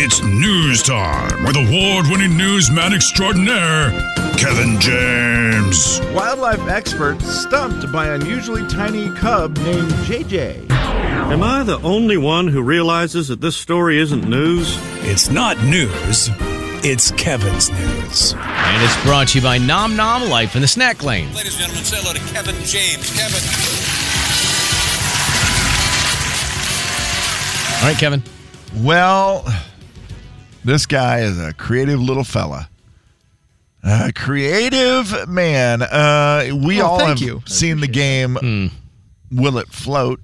It's news time with award winning newsman extraordinaire, Kevin James. Wildlife expert stumped by unusually tiny cub named JJ. Am I the only one who realizes that this story isn't news? It's not news, it's Kevin's news. And it's brought to you by Nom Nom Life in the Snack Lane. Ladies and gentlemen, say hello to Kevin James. Kevin. All right, Kevin. Well, this guy is a creative little fella. A creative man. Uh, we Well, all thank have you. I Hmm. seen the game Will It Float?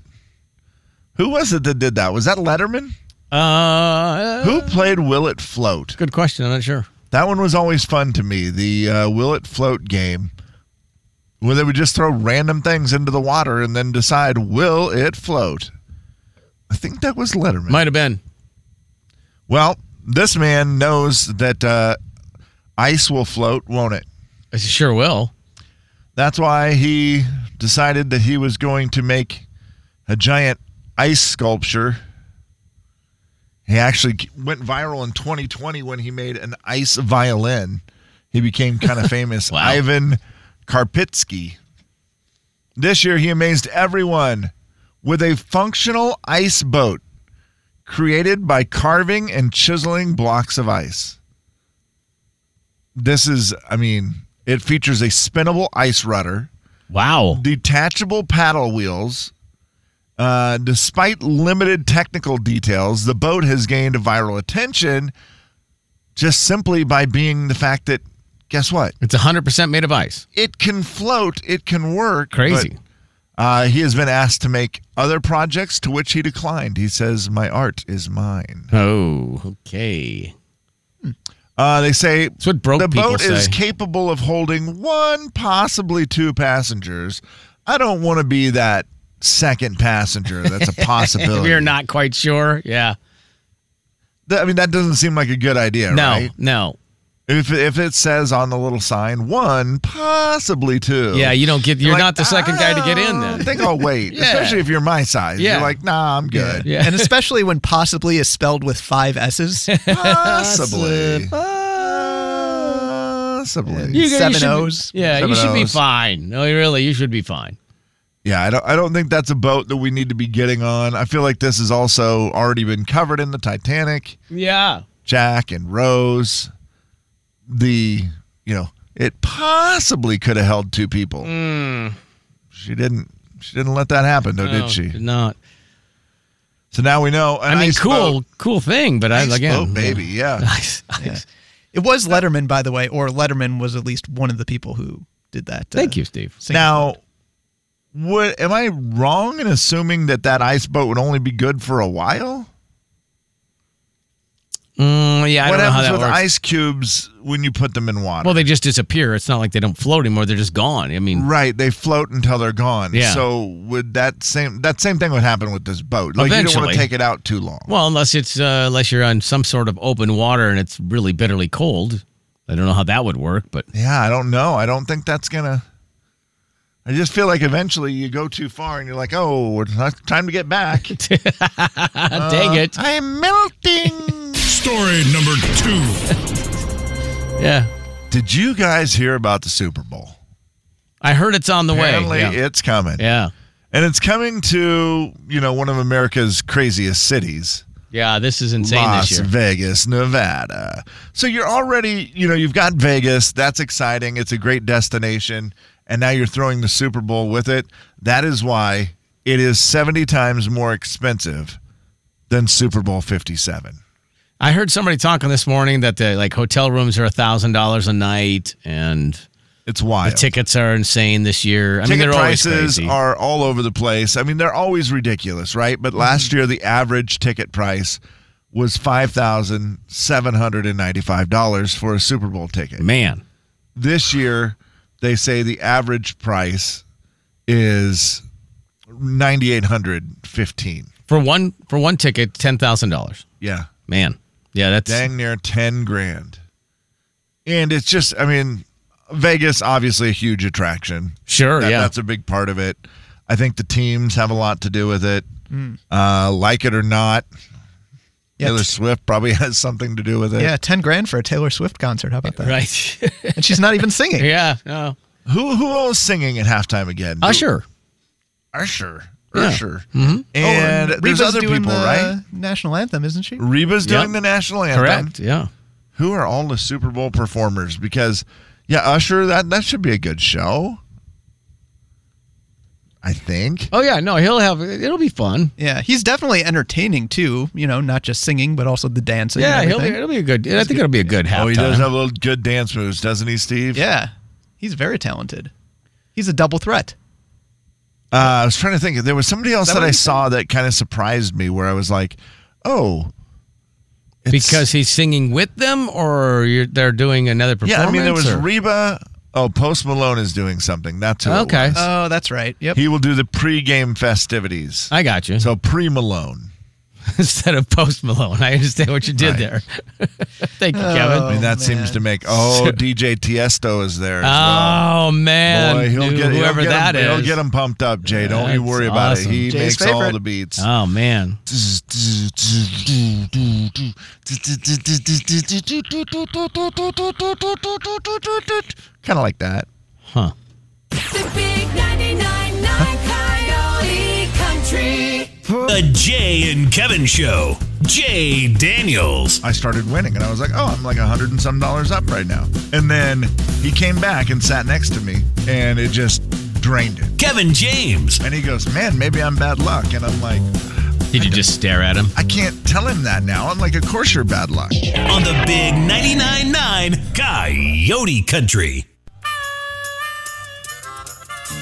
Who was it that did that? Was that Letterman? Uh, Who played Will It Float? Good question. I'm not sure. That one was always fun to me. The uh, Will It Float game, where they would just throw random things into the water and then decide, will it float? I think that was Letterman. Might have been. Well, this man knows that uh, ice will float, won't it? It sure will. That's why he decided that he was going to make a giant ice sculpture. He actually went viral in 2020 when he made an ice violin. He became kind of famous. Wow. Ivan Karpitsky. This year, he amazed everyone with a functional ice boat created by carving and chiseling blocks of ice. This is, I mean, it features a spinnable ice rudder Wow. detachable paddle wheels. Uh, despite limited technical details, the boat has gained viral attention just simply by being the fact that, guess what? It's 100% made of ice. It can float, it can work. Crazy. but, uh, he has been asked to make other projects to which he declined. He says, My art is mine. oh, okay. Uh, they say That's what broke the people boat is say. capable of holding one, possibly two passengers. I don't want to be that second passenger. That's a possibility. We're not quite sure. Yeah. Th- I mean, that doesn't seem like a good idea, no, right? no. If if it says on the little sign one, possibly two. Yeah, you don't get, you're like, "Ah, not the second guy to get in I then. think I'll wait, Yeah. especially if you're my size. Yeah. You're like, nah, I'm good. Yeah. And especially when possibly is spelled with five S's. Possibly. Possibly. You- you seven should- O's. Yeah, you Seven should be O's. fine. No, really, you should be fine. Yeah, I don't I don't think that's a boat that we need to be getting on. I feel like this has also already been covered in the Titanic. Yeah. Jack and Rose. The, you know, it possibly could have held two Mm. people. She didn't. She didn't let that happen, though, No, did Oh, she? Did not. So now we know. An Oh. I mean, ice cool, boat- cool thing, but ice I, again. boat, baby, yeah. Ice, ice. It was Letterman, by the way, or Letterman was at least one of the people who did that. uh, Thank you, Steve. single Now, what am I wrong in assuming that that ice boat would only be good for a while? Mm, yeah, I what don't know how happens that with works. ice cubes when you put them in water? Well, they just disappear. It's not like they don't float anymore. They're just gone. I mean, right, they float until they're gone. Yeah. So would that same that same thing would happen with this boat? Like you don't want Eventually. to take it out too long. well, unless it's uh, unless you're on some sort of open water and it's really bitterly cold. I don't know how that would work, but Yeah, I don't know. I don't think that's gonna. I just feel like eventually you go too far and you're like, oh, it's not- time to get back. dang it. I'm melting. Story number two. Uh, Yeah, Did you guys hear about the Super Bowl? I heard it's on the Apparently, way. Yeah. it's coming, yeah, and it's coming to you know one of America's craziest cities, Yeah, This is insane Las this year. Vegas, Nevada. So you're already you know you've got Vegas. That's exciting. It's a great destination, and now you're throwing the Super Bowl with it. That is why it is 70 times more expensive than Super Bowl 57. I heard somebody talking this morning that the like hotel rooms are a thousand dollars a night and It's wild. the tickets are insane this year. I Ticket mean, they're always prices crazy. are all over the place. I mean, they're always ridiculous, right? But last Mm-hmm. year, the average ticket price was five thousand seven hundred and ninety-five dollars for a Super Bowl ticket. Man, This year, they say the average price is ninety-eight hundred fifteen. for one for one ticket, ten thousand dollars. Yeah, Man, yeah, that's dang near ten grand. And it's just, I mean, Vegas obviously a huge attraction. sure. That- yeah, That's a big part of it. I think the teams have a lot to do with it. Uh, like it or not, Mm. Yeah, Taylor t- Swift probably has something to do with it. Yeah, ten grand for a Taylor Swift concert. How about that? Right. And she's not even singing. yeah. No. Who who else singing at halftime again? Usher. Usher. Yeah. Mm-hmm. Usher. And there's Oh, Reba's other doing people, the right? National anthem, isn't she? Reba's Yep. doing the national anthem. Correct. Yeah. Who are all the Super Bowl performers? Because yeah, Usher, that that should be a good show. I think. Oh yeah. No, he'll have. It'll be fun. Yeah, he's definitely entertaining too. You know, not just singing, but also the dancing. and Yeah, he'll be, everything. it'll be a good. I think it'll be a good halftime. Oh, he does have little good dance moves, doesn't he, Steve? Yeah, he's very talented. He's a double threat. Uh, I was trying to think. There was somebody else that that, what I he saw that kind of surprised me, where I was like, "Oh, it's- because he's singing with them, or you're, they're doing another performance. yeah." I mean, there was or- Reba. Oh, Post Malone is doing something. That's who it Okay. was. Oh, that's right. Yep. He will do the pregame festivities. I got you. So pre Malone. instead of Post Malone, I understand what you did Right. there. Thank you, I mean, Kevin. that man. seems to make. Oh, DJ Tiesto is there. As well. Oh man, Boy, he'll Dude, get whoever he'll get that him, is. He'll get him pumped up, Jay. Don't you That's worry about awesome. it. He Jay's makes all favorite. the beats. Oh man, kind of like that. huh? The big 999 Coyote Country. The Jay and Kevin Show. Jay Daniels. I started winning, and I was like, "Oh, I'm like a hundred and some dollars up right now." And then he came back and sat next to me, and it just drained it. Kevin James. And he goes, "Man, maybe I'm bad luck." And I'm like, Did you just stare at him? "I can't tell him that now." I'm like, "Of course you're bad luck." On the big 99.9 Coyote Country.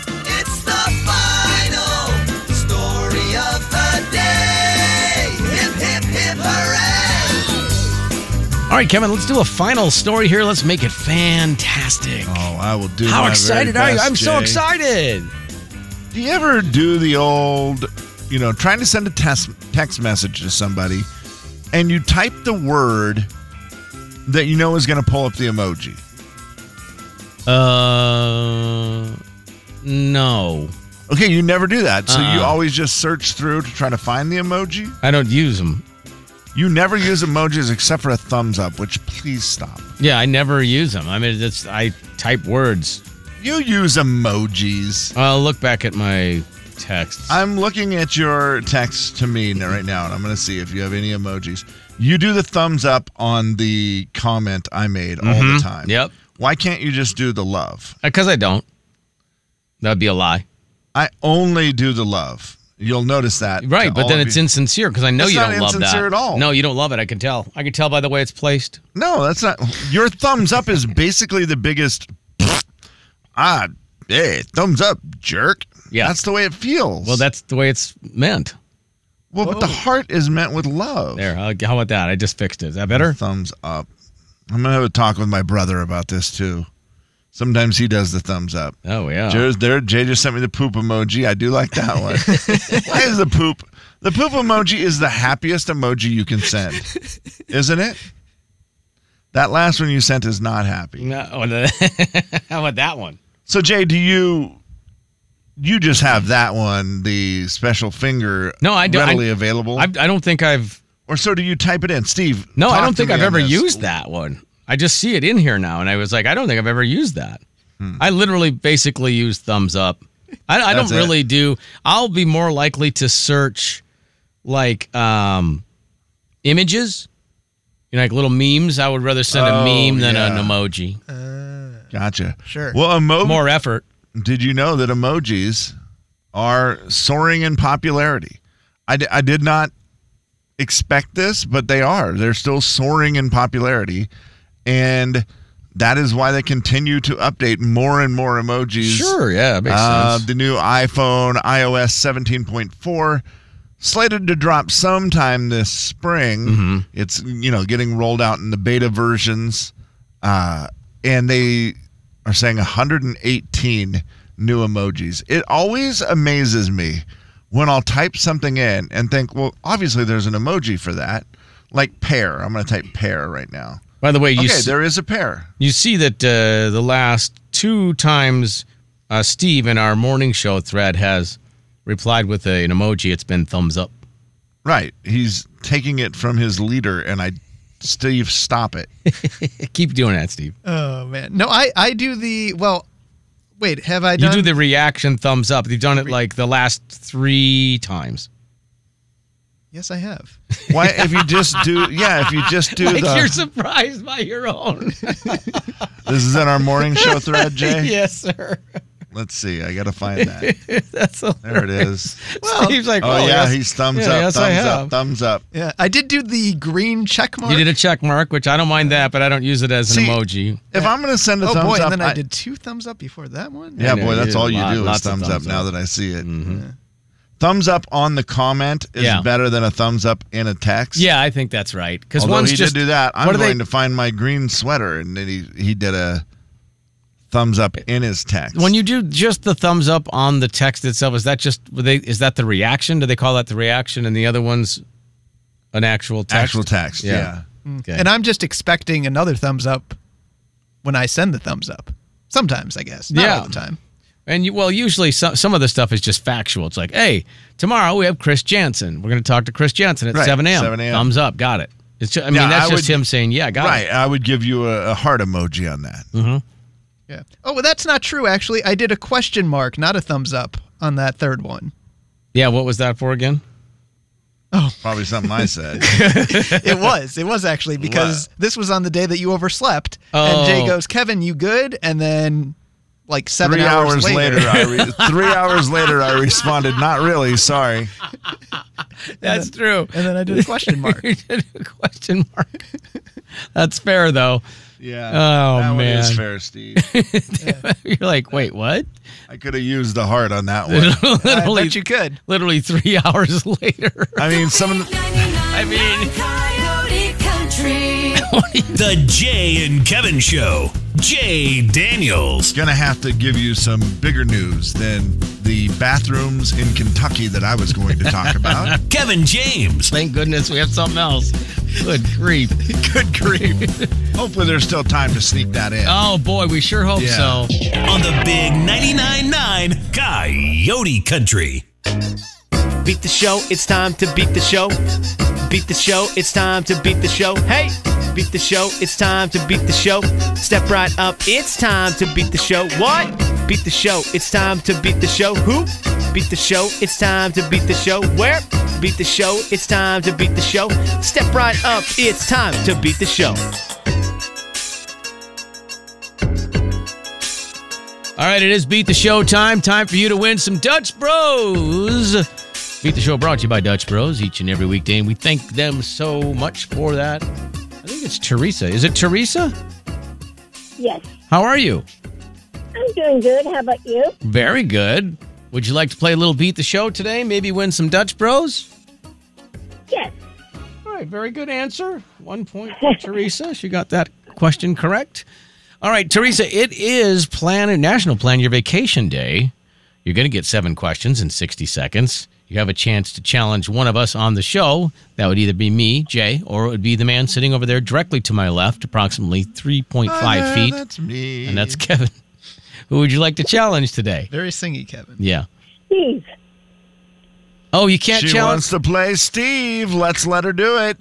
It's the final story of the day. Hip, hip, hip, hooray! All right, Kevin, let's do a final story here. Let's make it fantastic. Oh, I will do. How my very excited are you? best, I'm so Jay. excited. Do you ever do the old, you know, trying to send a test, text message to somebody and you type the word that you know is going to pull up the emoji? Uh, no, Okay, you never do that. So you Uh-uh. always just search through to try to find the emoji. I don't use them. You never use emojis except for a thumbs up, which please stop. Yeah, I never use them. I mean, it's I type words. You use emojis. I'll look back at my texts. I'm looking at your text to me now- right now, and I'm going to see if you have any emojis. You do the thumbs up on the comment I made all the time. Mm-hmm. Yep. Why can't you just do the love? Because Uh, I don't. That'd be a lie. I only do the love. You'll notice that. Right, to but all then of it's you. insincere because I know That's you not don't love that. insincere at all. No, you don't love it. I can tell. I can tell by the way it's placed. No, that's not. Your thumbs up is basically the biggest. ah, hey, thumbs up, jerk. Yeah. That's the way it feels. Well, that's the way it's meant. Well, but the heart is meant with love. There. I'll- How about that? I just fixed it. Is that better? Thumbs up. I'm gonna have a talk with my brother about this too. Sometimes he does the thumbs up. Oh yeah. Jay's there. Jay just sent me the poop emoji. I do like that one. Why is the poop? The poop emoji is the happiest emoji you can send, isn't it? That last one you sent is not happy. No, how about that one? So Jay, do you? You just have that one, the special finger. No, I don't- readily I- available. I, I don't think I've. or so do you type it in, Steve? No, I talk don't to think me I've on ever this. used that one. I just see it in here now, and I was like, I don't think I've ever used that. I literally basically use thumbs up. I, I don't Hmm. That's it. really do. I'll be more likely to search like um, images, you know, like little memes. I would rather send Oh, a meme than yeah. an emoji. Gotcha. Sure. Well, emoji. More effort. Did you know that emojis are soaring in popularity? I di- I did not expect this, but they are. They're still soaring in popularity. And that is why they continue to update more and more emojis. yeah, it Uh, the new iPhone iOS 17.4 slated to drop sometime this spring. Mm-hmm. It's you know getting rolled out in the beta versions, uh, and they are saying 118 new emojis. It always amazes me when I'll type something in and think, well, obviously there's an emoji for that, like pear. I'm going to type pear right now. By the way, you okay, s- there is a pear. You see that uh, the last two times uh, Steve in our morning show thread has replied with a, an emoji, it's been thumbs up. Right. He's taking it from his leader, and I, Steve, stop it. Keep doing that, Steve. Oh man, no, I I do the well. Wait, have I You done? do the reaction thumbs up. You've done it like the last three times. yes, I have. Why? If you just do, yeah, if you just do Like you're the, surprised by your own. this is in our morning show thread, Jay. yes, sir. Let's see. I got to find that. That's a, There it is. Steve's like, Oh, yeah. yes. He's thumbs yeah, up, yes, I thumbs up, have. thumbs up. Yeah, I did do the green check mark. You did a check mark, which I don't mind that, but I don't use it as an See, emoji. If I'm going to send a Oh thumbs boy, up, and then I, did two thumbs up before that one. Yeah, I know, boy, you that's do all you lot- do is lots of thumbs, up thumbs now up. Mm-hmm. that I see it. Thumbs up on the comment is Yeah. better than a thumbs up in a text. Yeah, I think that's right. Because Although one's he just did do that, I'm what are going they- to find my green sweater, and then he he did a thumbs up in his text. when you do just the thumbs up on the text itself. Is that just were they? Is that the reaction? Do they call that the reaction? And the other one's an actual text. actual text, yeah. Okay. And I'm just expecting another thumbs up when I send the thumbs up. Sometimes, I guess. Not Yeah. all the time. And you, well, usually some, some of the stuff is just factual. It's like, hey, tomorrow we have Chris Jansen. We're going to talk to Chris Jansen at Right, 7 a.m. 7 a.m.. Thumbs up. Got it. It's just, I mean, Yeah, that's I just would- him saying, yeah, got Right, it. Mm. I would give you a, a heart emoji on that. Yeah. Oh, well, that's not true, actually. I did a question mark, not a thumbs up on that third one. Yeah, what was that for again? Probably something I said. It was. It was actually because this was on the day that you overslept. And Jay Oh. goes, Kevin, you good? And then, like, seven three hours hours, later, I re- three hours later, I responded, "Not really, sorry." That's true. and then I did a question mark. You did a question mark. that's fair, though. Yeah. Oh, that one is man. fair, Steve. You're like, wait, what? I could have used the heart on that one. I literally, bet you could. literally three hours later. I mean, some of the, I I mean- Coyote Country. The Jay and Kevin Show. Jay Daniels. Gonna have to give you some bigger news than the bathrooms in Kentucky that I was going to talk about. Kevin James. Thank goodness we have something else. Good grief. Good grief. Hopefully, there's still time to sneak that in. Oh, boy, we sure hope Yeah. so. On the big 99.9 9 Coyote Country. Beat the show, it's time to beat the show. Beat the show, it's time to beat the show. Hey! Beat the show, it's time to beat the show. Step right up, it's time to beat the show. What? Beat the show, it's time to beat the show. Who? Beat the show, it's time to beat the show. Where? Beat the show, it's time to beat the show. Step right up, it's time to beat the show. All right, it is Beat the Show time. Time for you to win some Dutch Bros. Beat the Show brought to you by Dutch Bros each and every weekday, and we thank them so much for that. I think it's Teresa. Is it Teresa? Yes, How are you? I'm doing good. How about you? Very good. Would you like to play a little Beat the Show today? Maybe win some Dutch Bros? Yes. All right, very good answer. One point for Teresa. She got that question correct. All right, Teresa, it is Plan National Plan Your Vacation Day. You're going to get seven questions in 60 seconds. You have a chance to challenge one of us on the show. That would either be me, Jay, or it would be the man sitting over there directly to my left, approximately 3.5 Uh, feet. That's me. and that's Kevin. Who would you like to challenge today? Very singy, Kevin. Yeah. Steve. Oh, you can't She wants challenge to play Steve. Let's let her do it.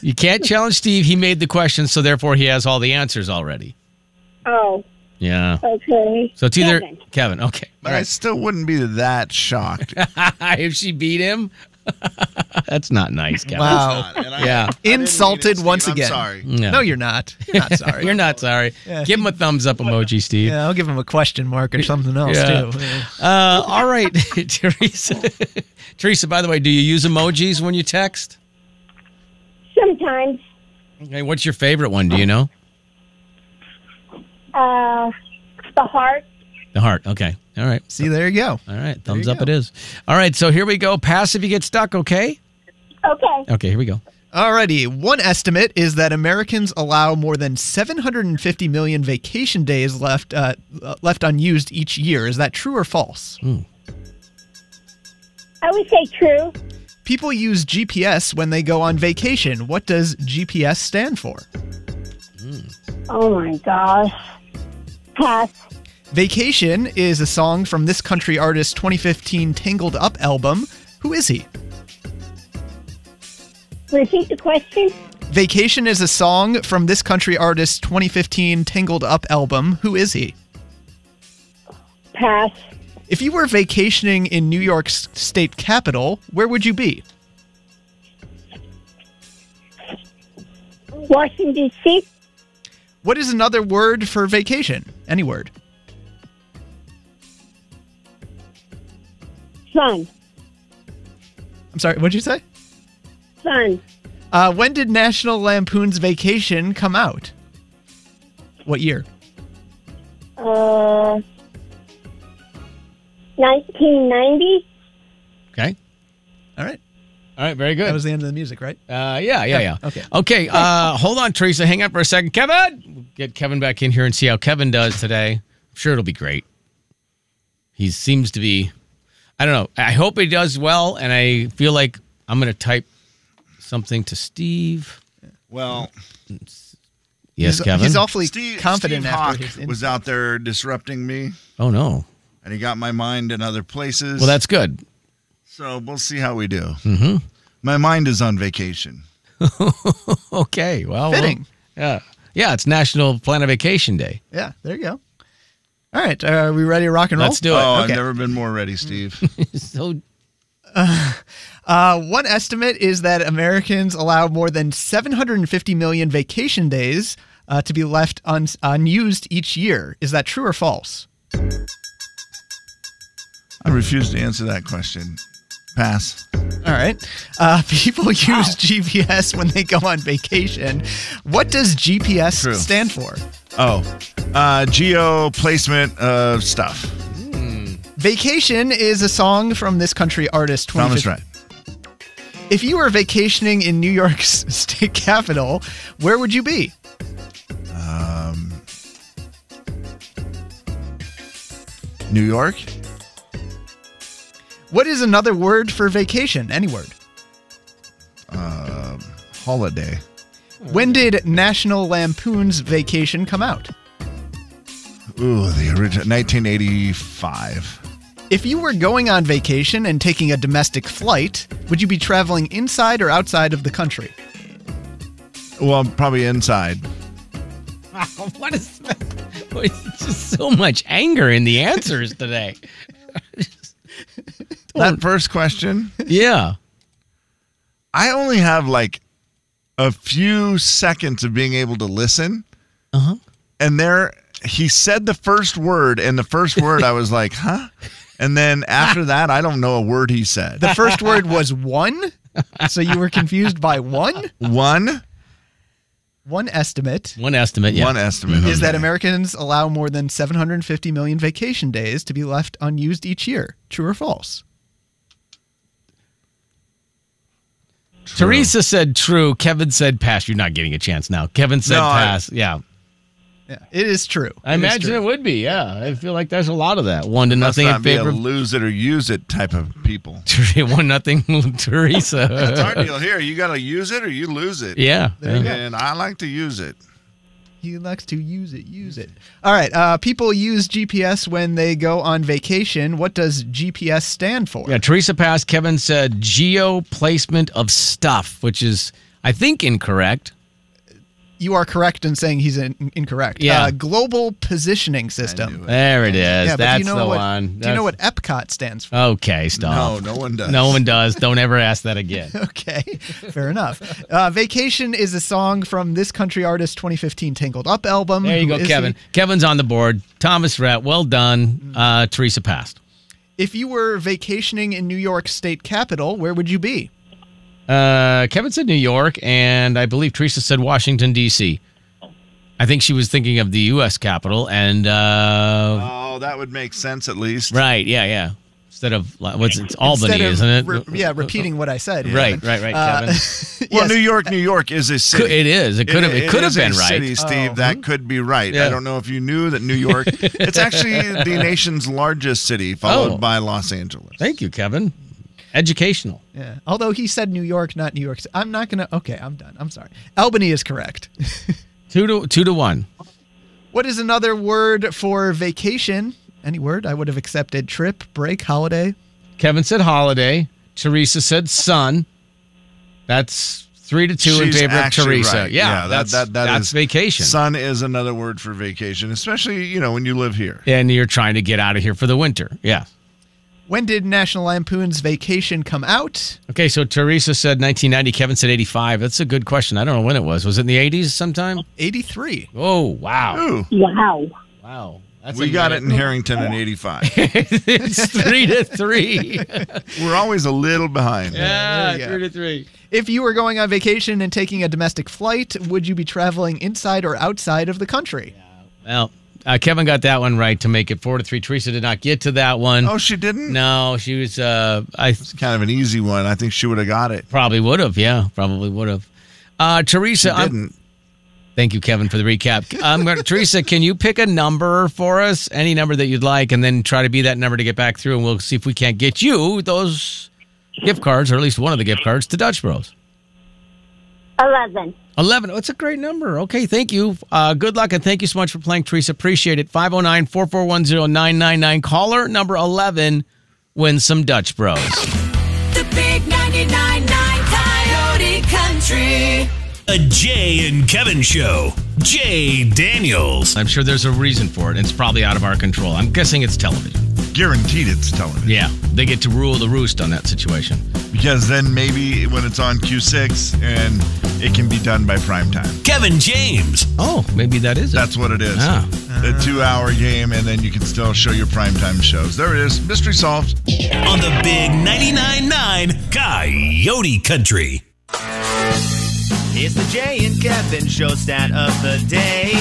you can't challenge Steve. He made the question, so therefore he has all the answers already. Oh, Yeah. okay. So it's either Kevin. Kevin. Okay. But I still wouldn't be that shocked. if she beat him, that's not nice, Kevin. Wow. And I- Yeah. I didn't mean it, Insulted Steve. once I'm again. sorry. No. No, you're not. You're not sorry. You're not sorry. Yeah. Give him a thumbs up emoji, Steve. Yeah, I'll give him a question mark or something else, Yeah. too. Yeah. Uh, all right, Teresa. Teresa, by the way, do you use emojis when you text? Sometimes, Okay, what's your favorite one? Do you know? uh, the heart. The heart. Okay. All right. See, there you go. All right. Thumbs you up go. it is. All right. So here we go. Pass if you get stuck, okay? Okay. Okay, here we go. Alrighty, one estimate is that Americans allow more than 750 million vacation days left uh, uh, left unused each year. Is that true or false? I would say true. People use GPS when they go on vacation. What does GPS stand for? Oh my gosh. Pass. Vacation is a song from this country artist's 2015 Tangled Up album. Who is he? Repeat the question. Vacation is a song from this country artist's 2015 Tangled Up album. Who is he? Pass. If you were vacationing in New York's state capital, where would you be? Washington, D.C. What is another word for vacation? Any word. Sun. I'm sorry, what'd you say? Sun. Uh, when did National Lampoon's Vacation come out? What year? Uh, 1990. Okay. All right. All right, very good. That was the end of the music, right? Uh, yeah, yeah, yeah. Okay. Okay. Uh, hold on, Teresa. Hang up for a second. Kevin, We'll get Kevin back in here and see how Kevin does today. I'm sure it'll be great. He seems to be. I don't know. I hope he does well, and I feel like I'm going to type something to Steve. Well, Yes, he's, Kevin. He's awfully Steve, confident Steve after Hawk his in- was out there disrupting me, oh no. and he got my mind in other places. Well, that's good. so we'll see how we do. Mm-hmm. My mind is on vacation. okay. Well, Fitting. well, yeah. Yeah. It's National Plan of Vacation Day. Yeah, there you go. All right, are we ready to rock and roll? Let's do Oh, it. I've Okay. never been more ready, Steve. so Uh, one estimate is that Americans allow more than 750 million vacation days uh, to be left un- unused each year. Is that true or false? I refuse to answer that question. Pass. All right. Uh, people use GPS when they go on vacation. What does GPS True. stand for? Oh, uh, geo placement of stuff. Vacation is a song from this country artist. 2015 Thomas right. If you were vacationing in New York's state capital, where would you be? New York. What is another word for vacation? Any word. Holiday. Oh, When did National Lampoon's Vacation come out? Ooh, the original 1985. If you were going on vacation and taking a domestic flight, would you be traveling inside or outside of the country? Well, probably inside. what is that? It's just so much anger in the answers today. That first question, yeah. I only have like a few seconds of being able to listen. Uh-huh. And there, he said the first word, and the first word I was like, huh? And then after that, I don't know a word he said. The first word was one, so you were confused by one. One, One estimate One estimate. Yeah. one estimate. is that Okay. Americans allow more than 750 million vacation days to be left unused each year. True or false? Teresa said true. Kevin said pass. You're not getting a chance now. Kevin said No, I- pass. yeah. Yeah, it is true. I It is imagine true. it would be. Yeah. I feel like there's a lot of that. One to Must nothing not in be a favor. of lose it or use it type of people. One nothing It's our Teresa. deal here. You got to use it or you lose it. yeah. yeah. And I like to use it. He likes to use it, use it. All right. Uh, people use GPS when they go on vacation. What does GPS stand for? Yeah, Teresa passed. Kevin said geo placement of stuff, which is I think incorrect. You are correct in saying he's in- incorrect. Yeah. Uh, global positioning system. There it is. Yeah, but That's do you know the what, one. Do you know what That's- Epcot stands for? Okay, stop. No, no one does. Oh. No one does. Don't ever ask that again. Okay, fair enough. Uh, Vacation is a song from this country artist 2015 Tangled Up album. There you Who go, is he? Mm. Kevin. Kevin's on the board. Thomas Rhett, well done. Uh, Teresa passed. If you were vacationing in New York state capital, where would you be? Uh, Kevin said New York, and I believe Teresa said Washington, D.C. I think she was thinking of the U.S. capital, and uh, Oh, that would make sense at least. right, yeah, yeah. Instead of like, what's it's Albany, Instead of isn't it? re- yeah, repeating what I said. Right, Kevin. right, right, Uh, Kevin. Well, yes. New York, New York is a city. Could- it is. It could have. It, could have is a been right. City, Steve, that could be right. Yeah. I don't know if you knew that New York. it's actually the nation's largest city, followed Oh. by Los Angeles. Thank you, Kevin. Educational. Yeah. Although he said New York, not New York. Ci- I'm not gonna. Okay, I'm done. I'm sorry. Albany is correct. Two to two to one. what is another word for vacation? Any word? I would have accepted trip, break, holiday. Kevin said holiday. Teresa said sun. That's Three to two in She's favor of actually Teresa. right. Yeah, that's that's is- vacation. Sun is another word for vacation, especially you know when you live here. and you're trying to get out of here for the winter. Yeah. When did National Lampoon's Vacation come out? Okay, so Teresa said 1990. Kevin said 85. That's a good question. I don't know when it was. Was it in the 80s sometime? 83. Oh, wow. Ooh, Wow. Wow. That's we a got it minute. in Harrington in '85. it's three to three. We're always a little behind. Ah, yeah, go. three to three. If you were going on vacation and taking a domestic flight, would you be traveling inside or outside of the country? Well, uh, Kevin got that one right to make it four to three. Teresa did not get to that one. Oh, she didn't. no, she was. Uh, I It's kind of an easy one. I think she would have got it. probably would have. Yeah, probably would have. Uh, Teresa, She I'm- didn't. Thank you, Kevin, for the recap. Um, Teresa, can you pick a number for us? Any number that you'd like, and then try to be that number to get back through, and we'll see if we can't get you those gift cards, or at least one of the gift cards to Dutch Bros. 11. 11. Oh, it's a great number. Okay, thank you. Uh, good luck, and thank you so much for playing, Teresa. Appreciate it. 509 441 999. Caller number 11 wins some Dutch Bros. The big 99.9 Coyote Country. A Jay and Kevin show. Jay Daniels. I'm sure there's a reason for it. It's probably out of our control. I'm guessing it's television. Guaranteed, it's television. Yeah, they get to rule the roost on that situation. Because then maybe when it's on Q6 and it can be done by prime time. Kevin James. Oh, maybe that is it. That's what it is. Ah. The two hour game, and then you can still show your primetime shows. There it is. Mystery solved. On the big 99.9 Coyote Country. It's the Jay and Kevin show stat of the day.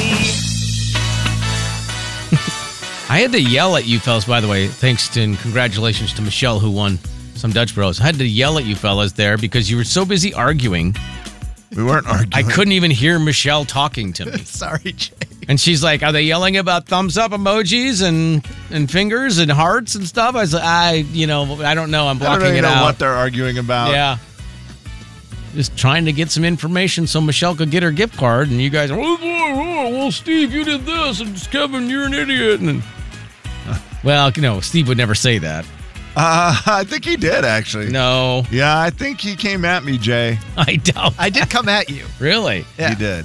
I had to yell at you fellas, by the way. Thanks to and congratulations to Michelle who won some Dutch Bros. I had to yell at you fellas there because you were so busy arguing. We weren't arguing. I couldn't even hear Michelle talking to me. Sorry, Jay. And she's like, "Are they yelling about thumbs up emojis and and fingers and hearts and stuff?" I was like, "I, you know, I don't know. I'm I don't blocking really it know out." what they're arguing about. yeah. Just trying to get some information so Michelle could get her gift card, and you guys are, oh boy, oh, well, Steve, you did this, and Kevin, you're an idiot. And well, no, Steve would never say that. Uh, I think he did, actually. No, Yeah, I think he came at me, Jay. I doubt. I did come at you. Really? Yeah. He did.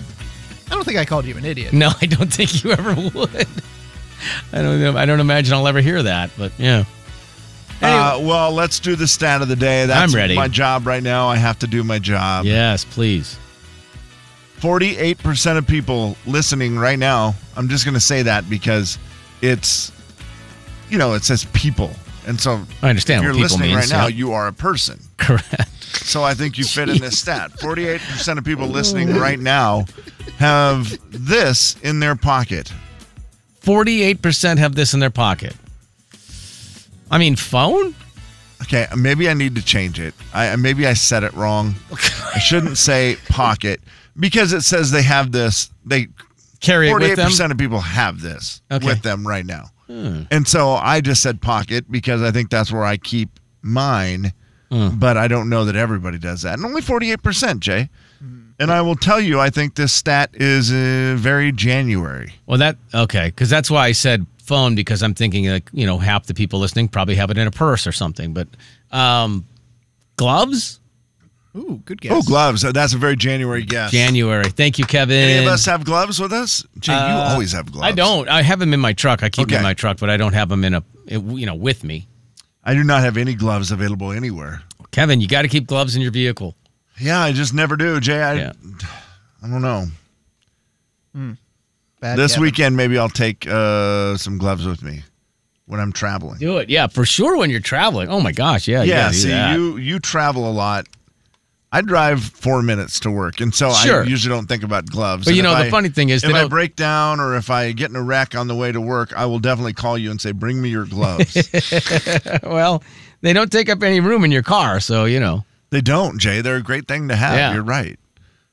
I don't think I called you an idiot. Mm. No, I don't think you ever would. I don't know. I don't imagine I'll ever hear that. But yeah. Uh, well, let's do the stat of the day. That's I'm ready. my job right now. I have to do my job. Yes, please. 48% of people listening right now, I'm just going to say that because it's, you know, it says people. And so I understand if what you're people listening means, right now, yeah. you are a person. Correct. So I think you fit in this stat. 48% of people listening right now have this in their pocket. Forty-eight percent have this in their pocket. I mean, phone. Okay, maybe I need to change it. I maybe I said it wrong. I shouldn't say pocket because it says they have this. They Carry it with forty-eight them. percent of people have this Okay. Hmm. with them right now, and so I just said pocket because I think that's where I keep mine. Hmm. But I don't know that everybody does that, and only forty-eight percent, Jay. And I will tell you, I think this stat is uh, very January. Well, that okay, because that's why I said phone because I'm thinking like you know half the people listening probably have it in a purse or something. But um, gloves. Ooh, good guess. Oh, gloves! That's a very January guess. January. Thank you, Kevin. Any of us have gloves with us? Jay, you Uh, always have gloves. I don't. I have them in my truck. I keep them in Okay. my truck, but I don't have them in a you know with me. I do not have any gloves available anywhere. Kevin, you got to keep gloves in your vehicle. Yeah, I just never do, Jay. I, Yeah. I don't know. Bad this Kevin. weekend, maybe I'll take uh, some gloves with me when I'm traveling. Do it. Yeah, for sure when you're traveling. Oh my gosh, yeah. you yeah, gotta do see, that. you you travel a lot. I drive four minutes to work, and so Sure. I usually don't think about gloves. But And you know, if the I- funny thing is they if I don't- break down or if I get in a wreck on the way to work, I will definitely call you and say, "Bring me your gloves." Well, they don't take up any room in your car, so you know. they don't, Jay. They're a great thing to have. Yeah. You're right.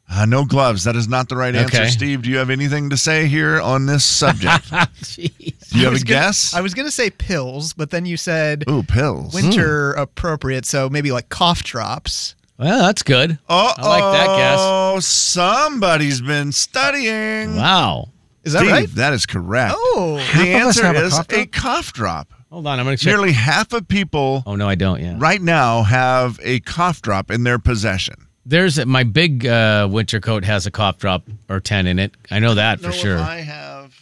Uh, no gloves. That is not the right answer, Okay. Steve. Do you have anything to say here on this subject? Do you I have a was gonna- guess? I was going to say pills, but then you said Ooh, pills. winter Hmm. appropriate, so maybe like cough drops. Well, that's good. Oh, I like that guess. Oh, somebody's been studying. Wow. Is that Steve, right? that is correct. Oh, the Half of us answer have a is cough drop? a cough drop. Hold on, I'm gonna check. Nearly half of people oh no, I don't. Yeah. right now have a cough drop in their possession. There's my big uh, winter coat has a cough drop or ten in it. I know that for know if sure. I have.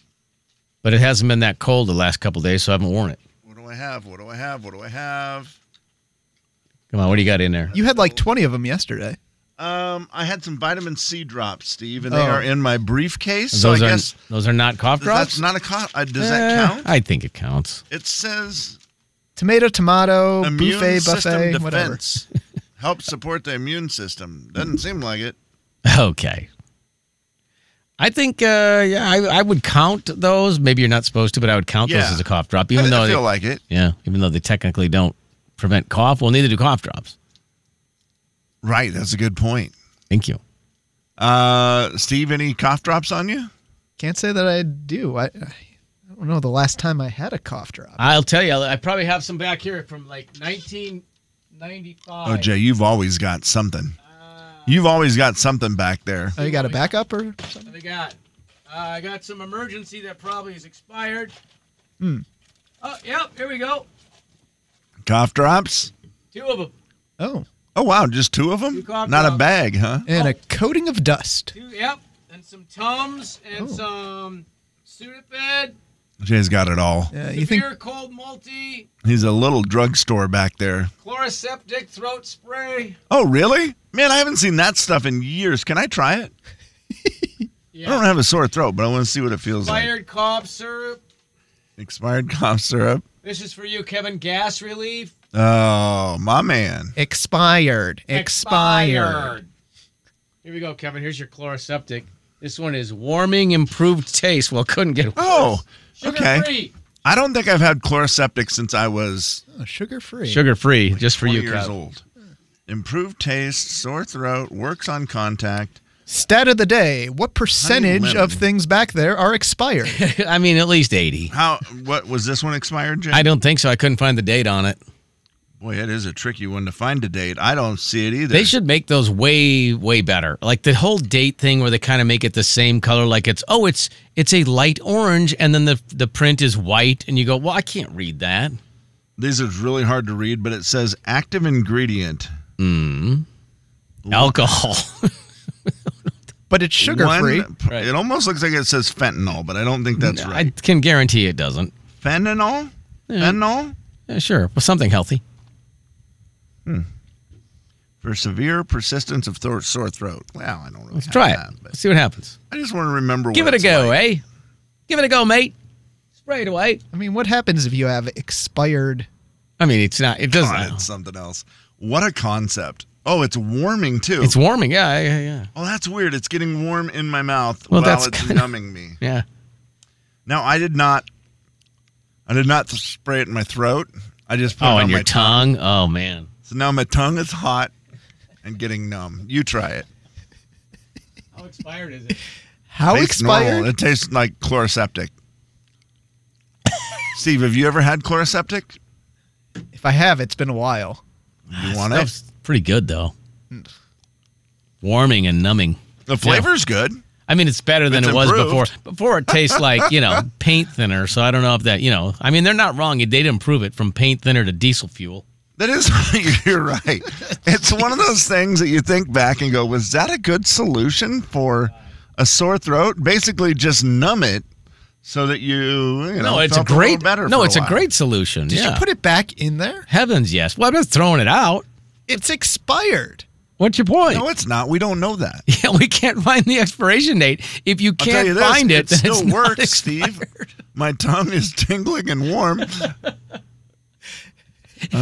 But it hasn't been that cold the last couple days, so I haven't worn it. What do I have? What do I have? What do I have? Come on, what do you got in there? You had like 20 of them yesterday. Um, I had some vitamin C drops, Steve, and Oh. they are in my briefcase. Those So I are guess those are not cough drops. that's not a co- uh, does Eh, that count? I think it counts. It says Tomato, tomato, immune Oh, buffet, system buffet, whatever. Mm-hmm. defense help support the immune system. Doesn't seem like it. Okay. I think uh, yeah, I, I would count those. Maybe you're not supposed to, but I would count Yeah. those as a cough drop, I- even though I feel they, like it. Yeah, even though they technically don't prevent cough. Well, neither do cough drops. Right, that's a good point. Thank you. Uh, Steve, any cough drops on you? Can't say that I do. I, I don't know the last time I had a cough drop. I'll tell you, I probably have some back here from like 1995. Oh, Jay, you've always got something. You've always got something back there. Oh, you got a backup or What do I got? Uh, I got some emergency that probably is expired. Hmm. Oh, yep, here we go. Cough drops? Two of them. Oh. Oh, wow, just two of them? Two cough Not a drops. bag, huh? and a coating of dust? Uh, Two, yep, and some Tums Oh. and some Sudafed. Jay's got it all. Yeah, severe cold multi, He's a little drugstore back there. chloroseptic throat spray. Oh, really? Man, I haven't seen that stuff in years. Can I try it? I don't have a sore throat, but I want to see what it feels like. Expired cough syrup. Expired cough syrup. This is for you, Kevin. Gas relief. Oh, my man. Expired. Here we go, Kevin. Here's your chloroseptic. This one is warming, improved taste. Well, couldn't get worse. Oh, Sugar okay. free. I don't think I've had chloroseptic since I was sugar free. Sugar free, just for 20 you, years Kevin. old. Improved taste, sore throat, works on contact. Stat of the day: What percentage of lemon. things back there are expired? I mean, at least 80. How? What was this one expired? Jay? I don't think so. I couldn't find the date on it. Boy, it is a tricky one to find a date. I don't see it either. They should make those way, way better. Like the whole date thing where they kind of make it the same color, like it's oh, it's it's a light orange, and then the the print is white, and you go, Well, I can't read that. These are really hard to read, but it says active ingredient. Alcohol. but it's sugar One- free. Right. It almost looks like it says fentanyl, but I don't think that's I right. can guarantee it doesn't. Fentanyl? Fentanyl? Yeah, sure. Well, something healthy. For severe persistence of throat, sore throat. Well, I don't really Let's have try it. that, but Let's see what happens. I just want to remember Give what it's it a go, like. eh? Give it a go, mate. Spray it away. I mean, what happens if you have expired? I mean, it's not. It God, doesn't. it's something else. What a concept. Oh, it's warming too. It's warming. Yeah, yeah, yeah. Oh, that's weird. It's getting warm in my mouth Well, while that's it's kinda- numbing me. Yeah. Now, I did not, I did not spray it in my throat. I just put it Oh, on and my your tongue. Oh man. So now my tongue is hot and getting numb. You try it. How expired is it? Oh, How Tastes expired? normal. It tastes like chloroseptic. Steve, have you ever had chloroseptic? If I have, it's been a while. Ah, You want it? That's pretty good though. Warming and numbing. The flavor's good. I mean, it's better than It's it was before. improved. Before it tastes like you know paint thinner. So I don't know if that you know. I mean, they're not wrong. They did improve it from paint thinner to diesel fuel. That is, you're right. It's one of those things that you think back and go, was that a good solution for a sore throat? Basically, just numb it so that you, you know, no, it's a felt little great. better. no, for it's a, while. great solution. Did yeah. you put it back in there? Heavens, yes. Well, I'm not throwing it out. It's expired. What's your point? No, it's not. We don't know that. Yeah, we can't find the expiration date. If you I'll tell can't you this, find it, it then still it's not works, Steve. expired. My tongue is tingling and warm. That's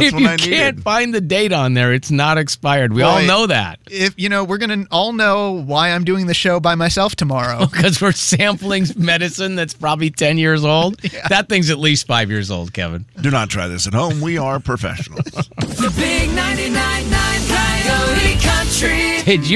if what you I can't needed. find the date on there, it's not expired. We all Boy. know that If you know, we're gonna all know why I'm doing the show by myself tomorrow. because we're sampling medicine that's probably 10 years old. That thing's at least five years old, Kevin. Do not try this at home. We are professionals. The big 99.9 Coyote Country. Did you?